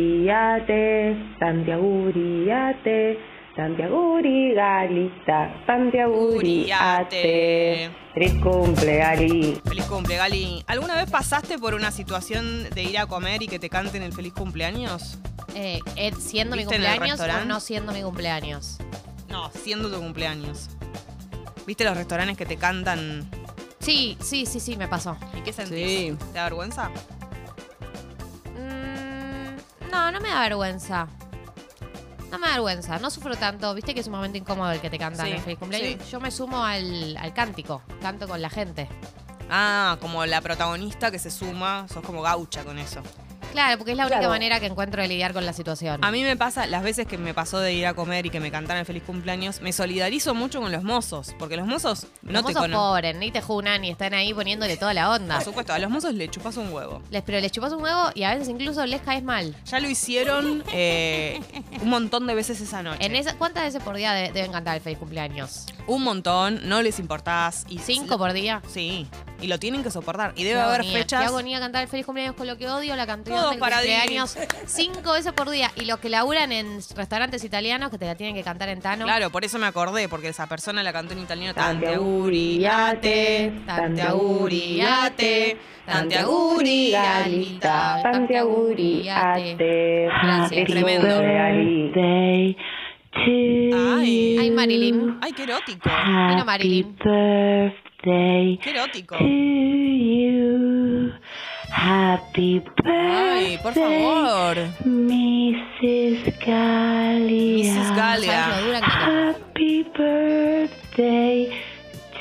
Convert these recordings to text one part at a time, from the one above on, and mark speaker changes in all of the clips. Speaker 1: Santiaguriate, Santiaguriate, Santiaguri Galita, Santiaguriate.
Speaker 2: Uriate.
Speaker 1: Tres cumpleaños.
Speaker 2: Feliz cumple, Gali. ¿Alguna vez pasaste por una situación de ir a comer y que te canten el feliz cumpleaños?
Speaker 3: Eh, eh, ¿Siendo mi
Speaker 2: ¿Viste en el
Speaker 3: cumpleaños o
Speaker 2: restaurante?
Speaker 3: no siendo mi cumpleaños?
Speaker 2: No, siendo tu cumpleaños. ¿Viste los restaurantes que te cantan?
Speaker 3: Sí, sí, sí, sí, me pasó.
Speaker 2: ¿Y qué sentís? ¿Te da vergüenza?
Speaker 3: Mm, no, no me da vergüenza. No me da vergüenza, no sufro tanto. Viste que es un momento incómodo el que te cantan
Speaker 2: Sí,
Speaker 3: el feliz cumpleaños. Yo me sumo al, al cántico, canto con la gente.
Speaker 2: Ah, como la protagonista que se suma, sos como gaucha con eso.
Speaker 3: Claro, porque es la única
Speaker 1: Claro.
Speaker 3: manera que encuentro de lidiar con la situación.
Speaker 2: A mí me pasa, las veces que me pasó de ir a comer y que me cantaron el feliz cumpleaños, me solidarizo mucho con los mozos, porque los mozos no
Speaker 3: Los
Speaker 2: te
Speaker 3: mozos
Speaker 2: conocen.
Speaker 3: pobres, ni te junan, ni están ahí poniéndole toda la onda.
Speaker 2: Por supuesto, a los mozos le chupas un huevo.
Speaker 3: Les, pero les chupas un huevo y a veces incluso les caes mal.
Speaker 2: Ya lo hicieron eh, un montón de veces esa noche.
Speaker 3: En esa, ¿Cuántas veces por día de- deben cantar el feliz cumpleaños?
Speaker 2: Un montón, no les importás. Y
Speaker 3: ¿Cinco por día?
Speaker 2: Sí, y lo tienen que soportar. Y debe
Speaker 3: Qué
Speaker 2: haber
Speaker 3: agonía,
Speaker 2: fechas.
Speaker 3: Qué agonía cantar el feliz cumpleaños con lo que odio, la
Speaker 2: Todo
Speaker 3: cantidad de
Speaker 2: para
Speaker 3: cumpleaños. Cinco veces por día. Y los que laburan en restaurantes italianos que te la tienen que cantar en Tano.
Speaker 2: Claro, por eso me acordé, porque esa persona la cantó en italiano.
Speaker 1: Santiaguriate, Santiaguriate, Santiaguri Galita, Santiaguriate.
Speaker 3: Gracias,
Speaker 1: Tres
Speaker 2: tremendo.
Speaker 1: cumpleaños. Day to
Speaker 2: Ay.
Speaker 3: Ay,
Speaker 1: you.
Speaker 3: Marilyn.
Speaker 2: Ay, qué erótico.
Speaker 3: Vino
Speaker 1: Happy
Speaker 3: Marilyn.
Speaker 1: birthday
Speaker 2: Qué erótico.
Speaker 1: to you. Happy
Speaker 2: Ay, por
Speaker 1: birthday,
Speaker 2: favor.
Speaker 1: Mrs. Galia.
Speaker 2: Mrs.
Speaker 3: ¿Sabes lo
Speaker 2: Galia.
Speaker 3: dura que la-
Speaker 1: Happy birthday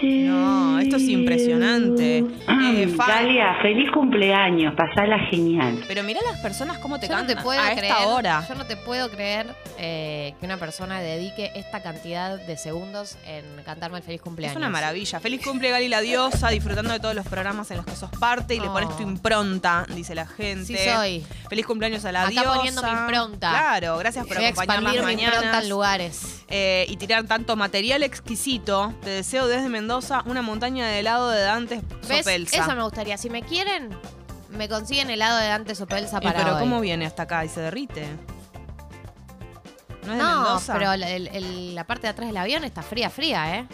Speaker 1: to
Speaker 2: No, esto es impresionante.
Speaker 1: you.
Speaker 2: Eh, Fa-
Speaker 4: Galia, feliz cumpleaños, pasala genial.
Speaker 2: Pero mirá las personas cómo te
Speaker 3: Yo no
Speaker 2: cantan
Speaker 3: te puedo
Speaker 2: a
Speaker 3: creer.
Speaker 2: esta hora.
Speaker 3: Yo no te puedo creer eh, que una persona dedique esta cantidad de segundos en cantarme el feliz cumpleaños.
Speaker 2: Es una maravilla. Feliz cumple, Gali la diosa, disfrutando de todos los programas en los que sos parte y le
Speaker 3: Oh.
Speaker 2: pones tu impronta, dice la gente.
Speaker 3: Sí soy.
Speaker 2: Feliz cumpleaños a la
Speaker 3: Acá
Speaker 2: diosa.
Speaker 3: poniendo mi impronta.
Speaker 2: Claro, gracias por
Speaker 3: Voy a
Speaker 2: acompañarnos
Speaker 3: expandir mi impronta en lugares.
Speaker 2: eh, y tirar tanto material exquisito. Te deseo desde Mendoza una montaña de helado de Dantes
Speaker 3: ¿Ves?
Speaker 2: Sopelsa.
Speaker 3: Eso me gustaría. Si me quieren, me consiguen helado de Dante Sopelsa
Speaker 2: Y
Speaker 3: para
Speaker 2: Eh, pero
Speaker 3: hoy.
Speaker 2: ¿cómo viene hasta acá y se derrite? No es de
Speaker 3: No,
Speaker 2: Ah, Mendoza.
Speaker 3: pero el- el- el- la parte de atrás del avión está fría, fría, ¿eh?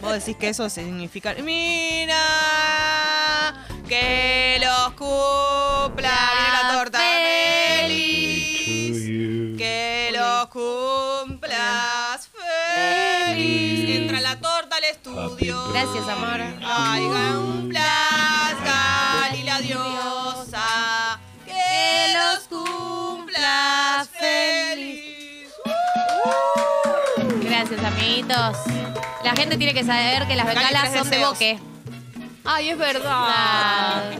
Speaker 2: Vos decís que eso significa. ¡Mira! ¡Que los cumpla! ¡Viene la torta feliz! ¡Que los cumplas feliz! Entra la torta al estudio.
Speaker 3: Gracias, amor.
Speaker 2: ¡Ay, cumplas, Gali la diosa! ¡Que los cumplas feliz! Uh.
Speaker 3: Gracias, amiguitos. La gente tiene que saber que las
Speaker 2: Dale
Speaker 3: bengalas
Speaker 2: tres
Speaker 3: son de
Speaker 2: deseos.
Speaker 3: boque. Ay, es verdad.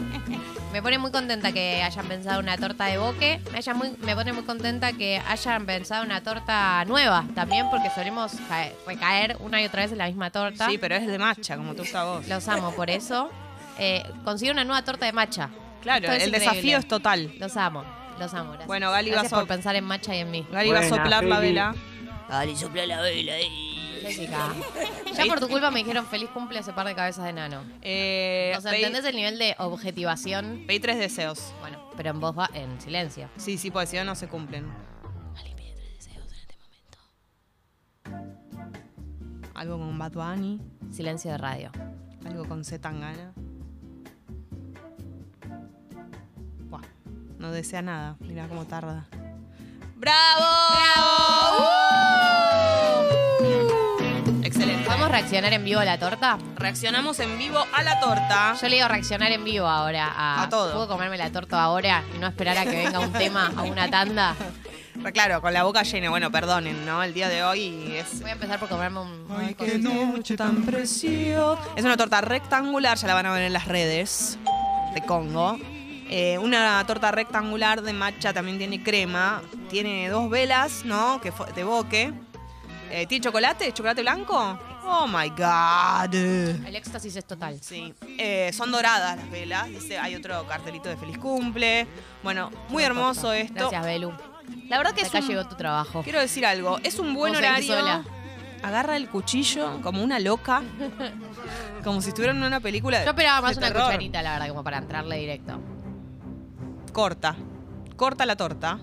Speaker 3: Me pone muy contenta que hayan pensado una torta de boque. Me, haya muy- me pone muy contenta que hayan pensado una torta nueva también, porque solemos caer- recaer una y otra vez en la misma torta.
Speaker 2: Sí, pero es de macha, como tú gusta a vos.
Speaker 3: Los amo por eso. Eh, conseguí una nueva torta de matcha.
Speaker 2: Claro,
Speaker 3: Esto es
Speaker 2: el
Speaker 3: increíble.
Speaker 2: desafío es total.
Speaker 3: Los amo, los amo. Gracias.
Speaker 2: Bueno, Gali,
Speaker 3: gracias
Speaker 2: vas a-
Speaker 3: por pensar en matcha y en mí.
Speaker 2: Gary va a
Speaker 4: Buena,
Speaker 2: soplar la
Speaker 4: Feli.
Speaker 2: vela.
Speaker 3: Jessica. Ya por tu culpa me dijeron feliz cumple ese par de cabezas de nano.
Speaker 2: Eh,
Speaker 3: O sea,
Speaker 2: pedí-
Speaker 3: ¿entendés el nivel de objetivación?
Speaker 2: pedí tres deseos.
Speaker 3: Bueno, pero en voz va en silencio.
Speaker 2: Sí, sí, porque si no, no se cumplen. Algo con Bad Bunny,
Speaker 3: Silencio de radio.
Speaker 2: algo con C. Tangana. Buah, no desea nada. Mira cómo tarda. ¡Bravo! ¡Uh! Excelente.
Speaker 3: ¿Podemos reaccionar en vivo a la torta?
Speaker 2: Reaccionamos en vivo a la torta.
Speaker 3: Yo le digo reaccionar en vivo ahora. A,
Speaker 2: A todo.
Speaker 3: ¿Puedo comerme la torta ahora y no esperar a que venga un tema a una tanda?
Speaker 2: Pero Claro, con la boca llena. Bueno, perdonen, ¿no? El día de hoy es
Speaker 3: Voy a empezar por comerme un...
Speaker 2: Ay, qué noche tan preciosa. Es una torta rectangular, ya la van a ver en las redes de Congo. Eh, una torta rectangular de matcha también tiene crema. Tiene dos velas, ¿no? Que fue- de boque. Eh, ¿Tiene chocolate? ¿Chocolate blanco? Oh my god.
Speaker 3: El éxtasis es total.
Speaker 2: Sí. Eh, son doradas las velas. Dice, hay otro cartelito de feliz cumple. Bueno, muy hermoso esto.
Speaker 3: Gracias, Belu.
Speaker 2: La verdad que es
Speaker 3: Acá
Speaker 2: un-
Speaker 3: llegó tu trabajo.
Speaker 2: Quiero decir algo, es un buen
Speaker 3: Vos seguís
Speaker 2: horario.
Speaker 3: sola.
Speaker 2: Agarra el cuchillo como una loca, como si estuvieran en una película. de-
Speaker 3: Yo esperaba más
Speaker 2: de
Speaker 3: una
Speaker 2: terror.
Speaker 3: cucharita, la verdad, como para entrarle directo.
Speaker 2: Corta, corta la torta.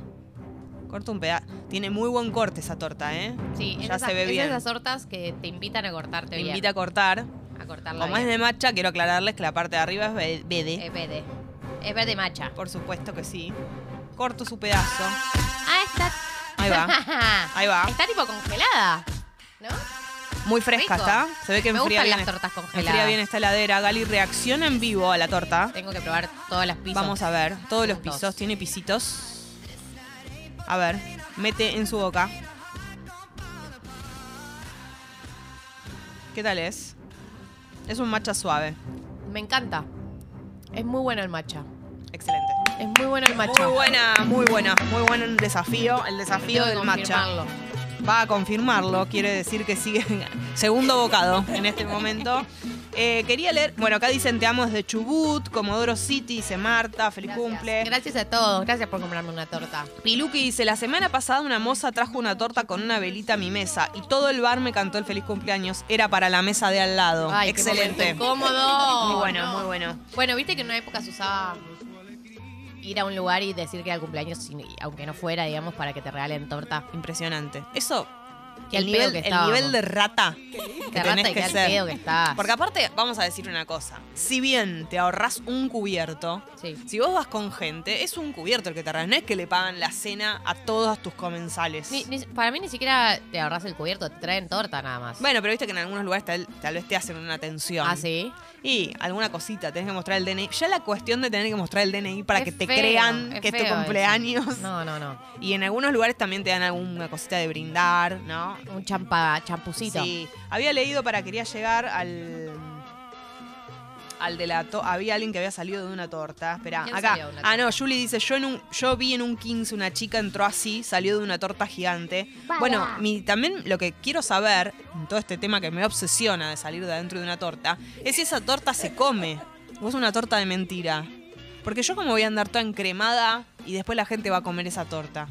Speaker 2: Corta un pedazo. Tiene muy buen corte esa torta, ¿eh?
Speaker 3: Sí, es
Speaker 2: ya
Speaker 3: esa-
Speaker 2: se ve
Speaker 3: es
Speaker 2: bien.
Speaker 3: esas tortas que te invitan a cortarte
Speaker 2: Te
Speaker 3: bien.
Speaker 2: invita a cortar.
Speaker 3: a cortarla
Speaker 2: Como es
Speaker 3: bien. Eh.
Speaker 2: de matcha, quiero aclararles que la parte de arriba es ve- verde.
Speaker 3: Es verde. Es verde macha.
Speaker 2: Por supuesto que sí. Corto su pedazo.
Speaker 3: Ah, está.
Speaker 2: Ahí va. Ahí va.
Speaker 3: Está tipo congelada. ¿No?
Speaker 2: Muy fresca
Speaker 3: Rico.
Speaker 2: está. Se ve que
Speaker 3: Me
Speaker 2: enfría
Speaker 3: gustan
Speaker 2: bien.
Speaker 3: las tortas
Speaker 2: Enfría
Speaker 3: congeladas.
Speaker 2: bien esta heladera. Gali reacciona en vivo a la torta.
Speaker 3: Tengo que probar todas las pizzas.
Speaker 2: Vamos a ver. Todos los
Speaker 3: Juntos.
Speaker 2: pisos. Tiene pisitos. A ver. Mete en su boca. ¿Qué tal es? Es un matcha suave.
Speaker 3: Me encanta. Es muy bueno el matcha.
Speaker 2: Excelente.
Speaker 3: Es muy bueno el matcha.
Speaker 2: Muy buena, muy buena, muy buen el desafío, el desafío
Speaker 3: Tengo que
Speaker 2: del matcha.
Speaker 3: confirmarlo.
Speaker 2: Va a confirmarlo, quiere decir que sigue en segundo bocado en este momento. Eh, quería leer, bueno, acá dicen te amo desde Chubut, Comodoro City, dice Marta, feliz
Speaker 3: Gracias.
Speaker 2: cumple.
Speaker 3: Gracias a todos. Gracias por comprarme una torta.
Speaker 2: Piluki dice, la semana pasada una moza trajo una torta con una velita a mi mesa y todo el bar me cantó el feliz cumpleaños, era para la mesa de al lado.
Speaker 3: Ay, qué
Speaker 2: Excelente.
Speaker 3: momento incómodo.
Speaker 2: Muy bueno,
Speaker 3: No.
Speaker 2: muy bueno.
Speaker 3: Bueno, viste que en una época se usaba ir a un lugar y decir que era el cumpleaños, sin- aunque no fuera, digamos, para que te regalen torta.
Speaker 2: Impresionante. Eso,
Speaker 3: Qué
Speaker 2: el
Speaker 3: al pedo
Speaker 2: nivel,
Speaker 3: que
Speaker 2: el
Speaker 3: estábamos.
Speaker 2: nivel de rata que
Speaker 3: Te
Speaker 2: tenés
Speaker 3: rata y
Speaker 2: que
Speaker 3: qué al
Speaker 2: ser.
Speaker 3: pedo que estás.
Speaker 2: Porque aparte, vamos a decir una cosa. Si bien te ahorras un cubierto,
Speaker 3: Sí.
Speaker 2: si vos vas con gente, es un cubierto el que te ahorras. No es que le pagan la cena a todos tus comensales.
Speaker 3: Ni- ni- para mí ni siquiera te ahorras el cubierto, te traen torta nada más.
Speaker 2: Bueno, pero viste que en algunos lugares tal, tal vez te hacen una atención.
Speaker 3: Ah, sí.
Speaker 2: Y alguna cosita, tenés que mostrar el DNI. Ya la cuestión de tener que mostrar el DNI para
Speaker 3: Es
Speaker 2: que te
Speaker 3: feo,
Speaker 2: crean
Speaker 3: es
Speaker 2: que es tu
Speaker 3: feo eso.
Speaker 2: cumpleaños.
Speaker 3: No, no, no.
Speaker 2: Y en algunos lugares también te dan alguna cosita de brindar, ¿no?
Speaker 3: Un champa, champucito.
Speaker 2: Sí, había leído para quería llegar al al de la to- había alguien que había salido de una torta. Espera,
Speaker 3: ¿Quién
Speaker 2: acá.
Speaker 3: salió de una
Speaker 2: Ah, no, Julie dice, "Yo en un yo vi en un 15 una chica entró así, salió de una torta gigante." Bueno, mi también lo que quiero saber en todo este tema que me obsesiona de salir de adentro de una torta es si esa torta se come o es una torta de mentira. Porque yo como voy a andar toda encremada y después la gente va a comer esa torta.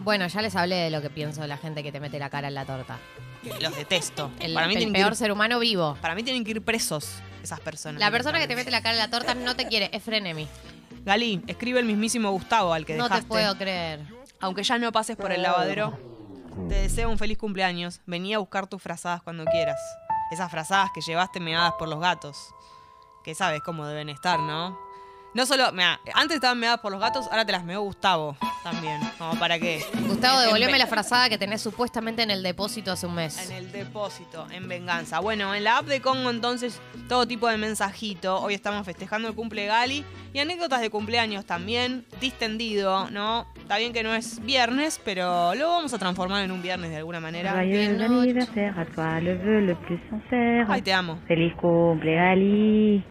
Speaker 3: Bueno, ya les hablé de lo que pienso de la gente que te mete la cara en la torta.
Speaker 2: Los detesto.
Speaker 3: El,
Speaker 2: para mí
Speaker 3: el
Speaker 2: tienen que ir-
Speaker 3: peor ser humano vivo.
Speaker 2: Para mí tienen que ir presos esas personas.
Speaker 3: La persona que te mete la cara en la torta no te quiere, es frenemy.
Speaker 2: Galí, escribe el mismísimo Gustavo al que
Speaker 3: No
Speaker 2: dejaste.
Speaker 3: te puedo creer.
Speaker 2: Aunque ya no pases por el lavadero, te deseo un feliz cumpleaños. Vení a buscar tus frazadas cuando quieras. Esas frazadas que llevaste meadas por los gatos. Que sabes cómo deben estar, ¿no? No solo, mirá, antes estaban meadas por los gatos, ahora te las meó Gustavo también. Como para qué.
Speaker 3: Gustavo,
Speaker 2: En- en
Speaker 3: devolveme
Speaker 2: ve-
Speaker 3: la frazada que tenés supuestamente en el depósito hace un
Speaker 2: En
Speaker 3: mes.
Speaker 2: el depósito, en venganza. Bueno, en la app de Congo entonces todo tipo de mensajito. Hoy estamos festejando el cumple de Gali y anécdotas de cumpleaños también, distendido, ¿no? Está bien que no es viernes, pero lo vamos a transformar en un viernes de alguna manera.
Speaker 4: Joyeux
Speaker 3: noche.
Speaker 4: anniversaire à toi, le vœu le plus sincère.
Speaker 2: Ay, te amo.
Speaker 4: Feliz cumple, Ali.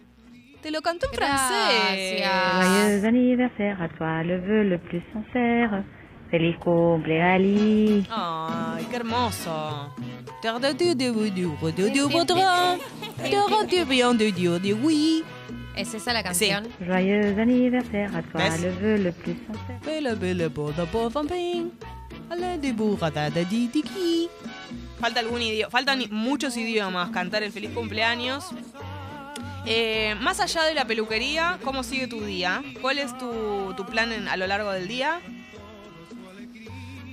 Speaker 2: Te lo cantó en francés.
Speaker 3: Gracias.
Speaker 4: Joyeux anniversaire à toi, le vœu le plus sincère. Feliz cumple, Ali.
Speaker 2: Ay, qué hermoso. Te rendez-vous de vous, de vous, de vous, votre- te rendez-vous de Dieu, de oui.
Speaker 3: ¿Es esa la canción?
Speaker 4: Joyeux anniversaire à toi,
Speaker 2: Ves?
Speaker 4: le vœu le plus sincère.
Speaker 2: Bele, bele, boda, boda, bing. Ale, de burrata, de di, di, qui. Falta algún idioma, faltan muchos idiomas cantar el feliz cumpleaños. Eh, más allá de la peluquería, ¿cómo sigue tu día? ¿Cuál es tu, tu plan en- a lo largo del día?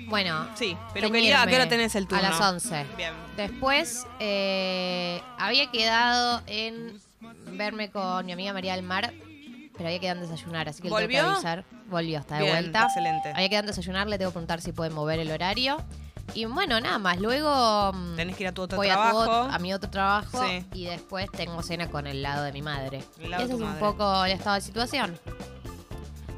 Speaker 3: Bueno,
Speaker 2: Sí, peluquería, ¿a qué hora
Speaker 3: teñirme
Speaker 2: tenés el turno?
Speaker 3: A las 11.
Speaker 2: Bien.
Speaker 3: Después eh, había quedado en verme con mi amiga María del Mar, pero había quedado en desayunar, así que le tengo que
Speaker 2: ¿Volvió?
Speaker 3: avisar. Volvió, está de
Speaker 2: Bien,
Speaker 3: vuelta.
Speaker 2: excelente.
Speaker 3: Había quedado en desayunar, le tengo que preguntar si puede mover el horario. Y bueno, nada más. Luego mm,
Speaker 2: Tenés que ir a tu otro
Speaker 3: voy
Speaker 2: trabajo.
Speaker 3: a, tu ot- a mi otro trabajo
Speaker 2: Sí.
Speaker 3: y después tengo cena con el lado de mi madre.
Speaker 2: El lado de
Speaker 3: Ese
Speaker 2: tu
Speaker 3: es un
Speaker 2: madre.
Speaker 3: poco el estado de situación.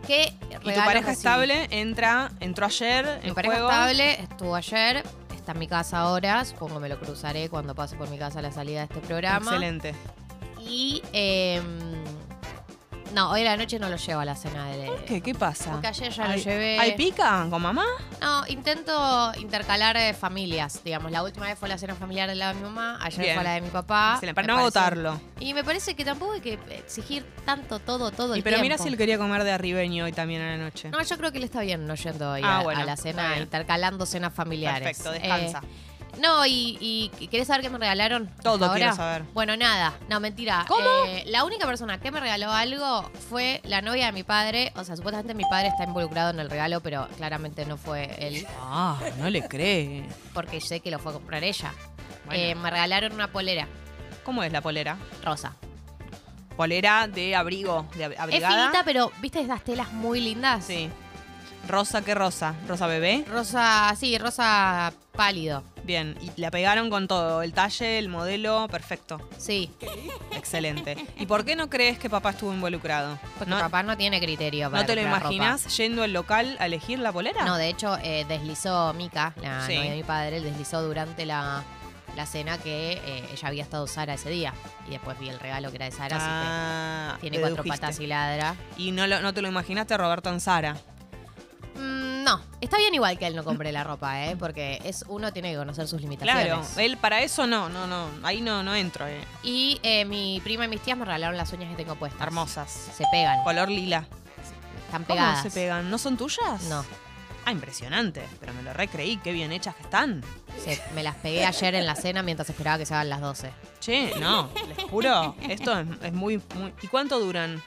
Speaker 3: ¿Qué
Speaker 2: y tu
Speaker 3: regalos
Speaker 2: pareja
Speaker 3: recibí?
Speaker 2: estable entra, entró ayer
Speaker 3: Mi
Speaker 2: en
Speaker 3: pareja
Speaker 2: juego.
Speaker 3: estable estuvo ayer, está en mi casa ahora, supongo me lo cruzaré cuando pase por mi casa a la salida de este programa.
Speaker 2: Excelente.
Speaker 3: Y eh, no, hoy a la noche no lo llevo a la cena de...
Speaker 2: ¿Qué, qué pasa?
Speaker 3: Porque ayer ya
Speaker 2: ¿Hay-
Speaker 3: lo llevé.
Speaker 2: ¿Hay pica con mamá?
Speaker 3: No, intento intercalar eh, familias, digamos. La última vez fue la cena familiar del lado de mi mamá, ayer
Speaker 2: Bien.
Speaker 3: fue la de mi papá.
Speaker 2: Excelente, para
Speaker 3: Ah, Me
Speaker 2: no
Speaker 3: parece-
Speaker 2: agotarlo.
Speaker 3: Y me parece que tampoco hay que exigir tanto todo, todo
Speaker 2: Y
Speaker 3: el
Speaker 2: pero mira
Speaker 3: tiempo.
Speaker 2: si él quería comer de arribeño hoy también a la noche.
Speaker 3: No, yo creo que él está bien no yendo hoy
Speaker 2: Ah,
Speaker 3: a,
Speaker 2: bueno,
Speaker 3: a la
Speaker 2: está
Speaker 3: cena,
Speaker 2: bien.
Speaker 3: intercalando cenas familiares.
Speaker 2: Perfecto,
Speaker 3: Eh,
Speaker 2: descansa.
Speaker 3: No, y, y- y ¿querés saber qué me regalaron?
Speaker 2: Todo
Speaker 3: ahora?
Speaker 2: quiero saber.
Speaker 3: Bueno, nada. No, mentira.
Speaker 5: ¿Cómo?
Speaker 3: Eh, la única persona que me regaló algo fue la novia de mi padre. O sea, supuestamente mi padre está involucrado en el regalo, pero claramente no fue él,
Speaker 2: Ah, no le cree.
Speaker 3: porque sé que lo fue a comprar ella.
Speaker 2: Bueno.
Speaker 3: Eh, me regalaron una polera
Speaker 2: ¿Cómo es la polera?
Speaker 3: rosa.
Speaker 2: Polera de abrigo, de ab- abrigada.
Speaker 3: Es finita, pero ¿viste esas telas muy lindas?
Speaker 2: Sí. Rosa, ¿qué rosa? ¿Rosa bebé?
Speaker 3: Rosa, sí, rosa pálido.
Speaker 2: Bien. Y la pegaron con todo. El talle, el modelo, perfecto.
Speaker 3: Sí,
Speaker 2: Excelente. ¿Y por qué no crees que papá estuvo involucrado?
Speaker 3: porque
Speaker 2: ¿No,
Speaker 3: papá no tiene criterio para
Speaker 2: ¿no te lo
Speaker 3: comprar ropa.
Speaker 2: imaginas yendo al local a elegir la polera?
Speaker 3: No, de hecho, eh, deslizó Mica, la
Speaker 2: Sí.
Speaker 3: novia de mi padre, deslizó durante la, la cena que eh, ella había estado Sara ese día. Y después vi el regalo que era de Sara, así
Speaker 2: Ah,
Speaker 3: que tiene cuatro
Speaker 2: dedujiste.
Speaker 3: patas y ladra.
Speaker 2: Y no, lo- no te lo imaginaste Roberto en Sara.
Speaker 3: Mm, no, está bien igual que él no compre la ropa, ¿eh? Porque es uno tiene que conocer sus
Speaker 2: Claro, eh.
Speaker 3: limitaciones.
Speaker 2: él para eso no, no, no, ahí no, no entro. eh.
Speaker 3: Y eh, mi prima y mis tías me regalaron las uñas que tengo puestas.
Speaker 2: Hermosas.
Speaker 3: Se pegan,
Speaker 2: Color lila.
Speaker 3: están
Speaker 2: ¿Cómo
Speaker 3: pegadas.
Speaker 2: se pegan? ¿No son tuyas?
Speaker 3: No.
Speaker 2: Ah, impresionante, pero me lo recreí, qué bien hechas que están.
Speaker 3: Se- me las pegué ayer en la cena mientras esperaba que se hagan las 12.
Speaker 2: Che, no, les juro, esto es, es muy, muy... ¿Y cuánto duran?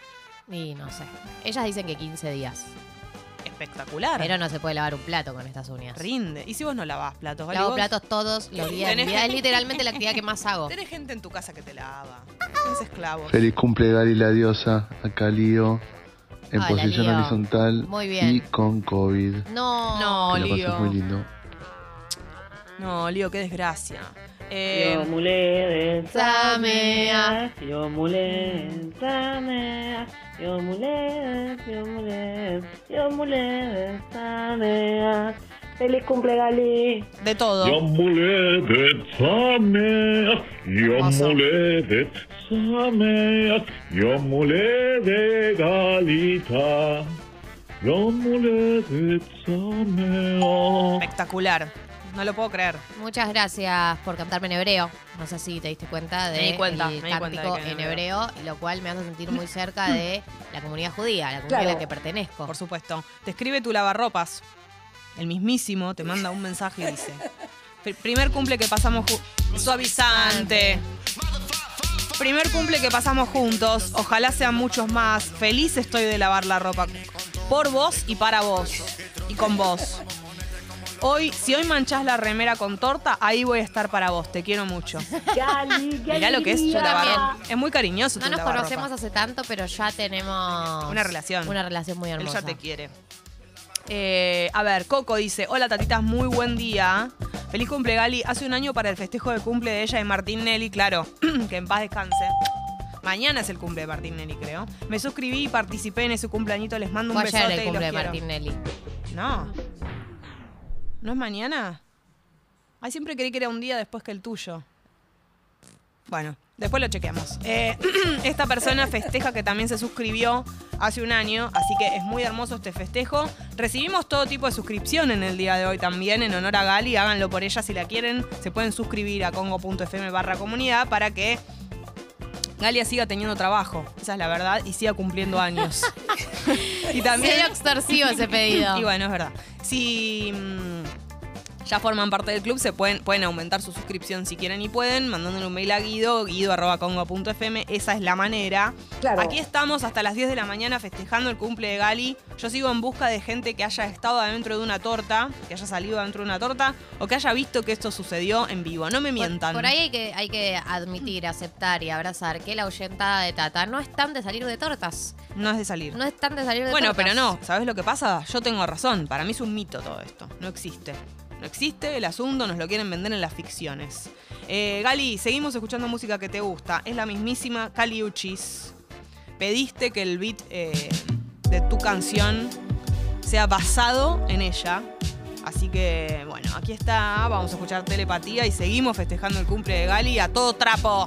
Speaker 3: Y no sé. Ellas dicen que 15 días.
Speaker 2: Espectacular.
Speaker 3: Pero no se puede lavar un plato con estas uñas.
Speaker 2: Rinde. ¿Y si vos no lavás platos? Vali,
Speaker 3: Lavo
Speaker 2: vos?
Speaker 3: platos todos los días de mi
Speaker 2: Tenés
Speaker 3: vida.
Speaker 2: que-
Speaker 3: Es literalmente la actividad que más hago.
Speaker 2: Tenés gente en tu casa que te lava. Tenés esclavos.
Speaker 6: Feliz cumple Gali la diosa, acá Lío, en
Speaker 3: Hola,
Speaker 6: posición
Speaker 3: Lío.
Speaker 6: horizontal
Speaker 3: Muy bien.
Speaker 6: y con COVID.
Speaker 3: No.
Speaker 2: No,
Speaker 6: Que lo pases muy
Speaker 2: Lío.
Speaker 6: lindo.
Speaker 2: No, Lío, qué desgracia. Eh,
Speaker 1: Yo mulher
Speaker 3: Samea.
Speaker 1: Yo mulher Samea. Yo mulher, yo mulher, yo mulher Samea. Feliz cumple, Gali.
Speaker 2: de todo.
Speaker 7: Your mulheres summer, your
Speaker 2: Awesome.
Speaker 7: mulheres summer, your mulheres galita, your mulheres summer.
Speaker 2: Espectacular. No lo puedo creer.
Speaker 3: Muchas gracias por cantarme en hebreo. No sé si te diste cuenta de
Speaker 2: Me di cuenta,
Speaker 3: el
Speaker 2: me di cuenta de
Speaker 3: cántico
Speaker 2: que era
Speaker 3: en
Speaker 2: en
Speaker 3: hebreo, y lo cual me hace sentir muy cerca de la comunidad judía, la comunidad a la que pertenezco.
Speaker 2: Por supuesto. Te escribe tu lavarropas. El mismísimo te manda un mensaje y dice: "Pr- Primer cumple que pasamos ju- Suavizante. Primer cumple que pasamos juntos. Ojalá sean muchos más. Feliz estoy de lavar la ropa. Por vos y para vos. Y con vos. Hoy, si hoy manchás la remera con torta, ahí voy a estar para vos. Te quiero mucho.
Speaker 1: Gali, qué
Speaker 2: Mirá lo que es tu
Speaker 1: alegría.
Speaker 2: lavarropa. Es muy cariñoso
Speaker 3: no
Speaker 2: tu
Speaker 3: nos
Speaker 2: lavarropa.
Speaker 3: conocemos hace tanto, pero ya tenemos
Speaker 2: Una relación.
Speaker 3: Una relación muy hermosa.
Speaker 2: Él ya te quiere. Eh, a ver, Coco dice, hola tatitas, muy buen día. Feliz cumple Gali, hace un año para el festejo de cumple de ella y Martín Nelly, claro, que en paz descanse. Mañana es el cumple de Martín Nelly, creo. Me suscribí y participé en ese cumpleañito, les mando un
Speaker 3: Fue
Speaker 2: besote
Speaker 3: ayer el
Speaker 2: y
Speaker 3: cumple de
Speaker 2: los quiero.
Speaker 3: Martinelli.
Speaker 2: No. ¿No es mañana? Ay, siempre creí que era un día después que el tuyo. Bueno, después lo chequeamos. Eh, esta persona festeja que también se suscribió hace un año, así que es muy hermoso este festejo. Recibimos todo tipo de suscripción en el día de hoy también, en honor a Gali. Háganlo por ella si la quieren. Se pueden suscribir a congo.fm barra comunidad para que Galia siga teniendo trabajo. Esa es la verdad y siga cumpliendo años. y
Speaker 3: Medio extorsivo ese pedido.
Speaker 2: y bueno, es verdad. Si mm, ya forman parte del club, se pueden, pueden aumentar su suscripción si quieren y pueden, mandándole un mail a Guido, guido.congo.fm. Esa es la manera. Aquí estamos hasta las 10 de la mañana festejando el cumple de Gali. Yo sigo en busca de gente que haya estado adentro de una torta, que haya salido adentro de una torta o que haya visto que esto sucedió en vivo. No me
Speaker 3: Por-
Speaker 2: mientan.
Speaker 3: Por, ahí hay que, hay que admitir, aceptar y abrazar que la ahuyentada de Tata no es tan de salir de tortas.
Speaker 2: No es de salir.
Speaker 3: No es tan de salir de
Speaker 2: Bueno,
Speaker 3: tortas.
Speaker 2: pero no, ¿sabes lo que pasa? Yo tengo razón, para mí es un mito todo esto, no existe. No existe el asunto, nos lo quieren vender en las ficciones. Eh, Gali, seguimos escuchando música que te gusta, es la mismísima Cali Uchis. Pediste que el beat eh, de tu canción sea basado en ella. Así que, bueno, aquí está, vamos a escuchar Telepatía y seguimos festejando el cumple de Gali a todo trapo.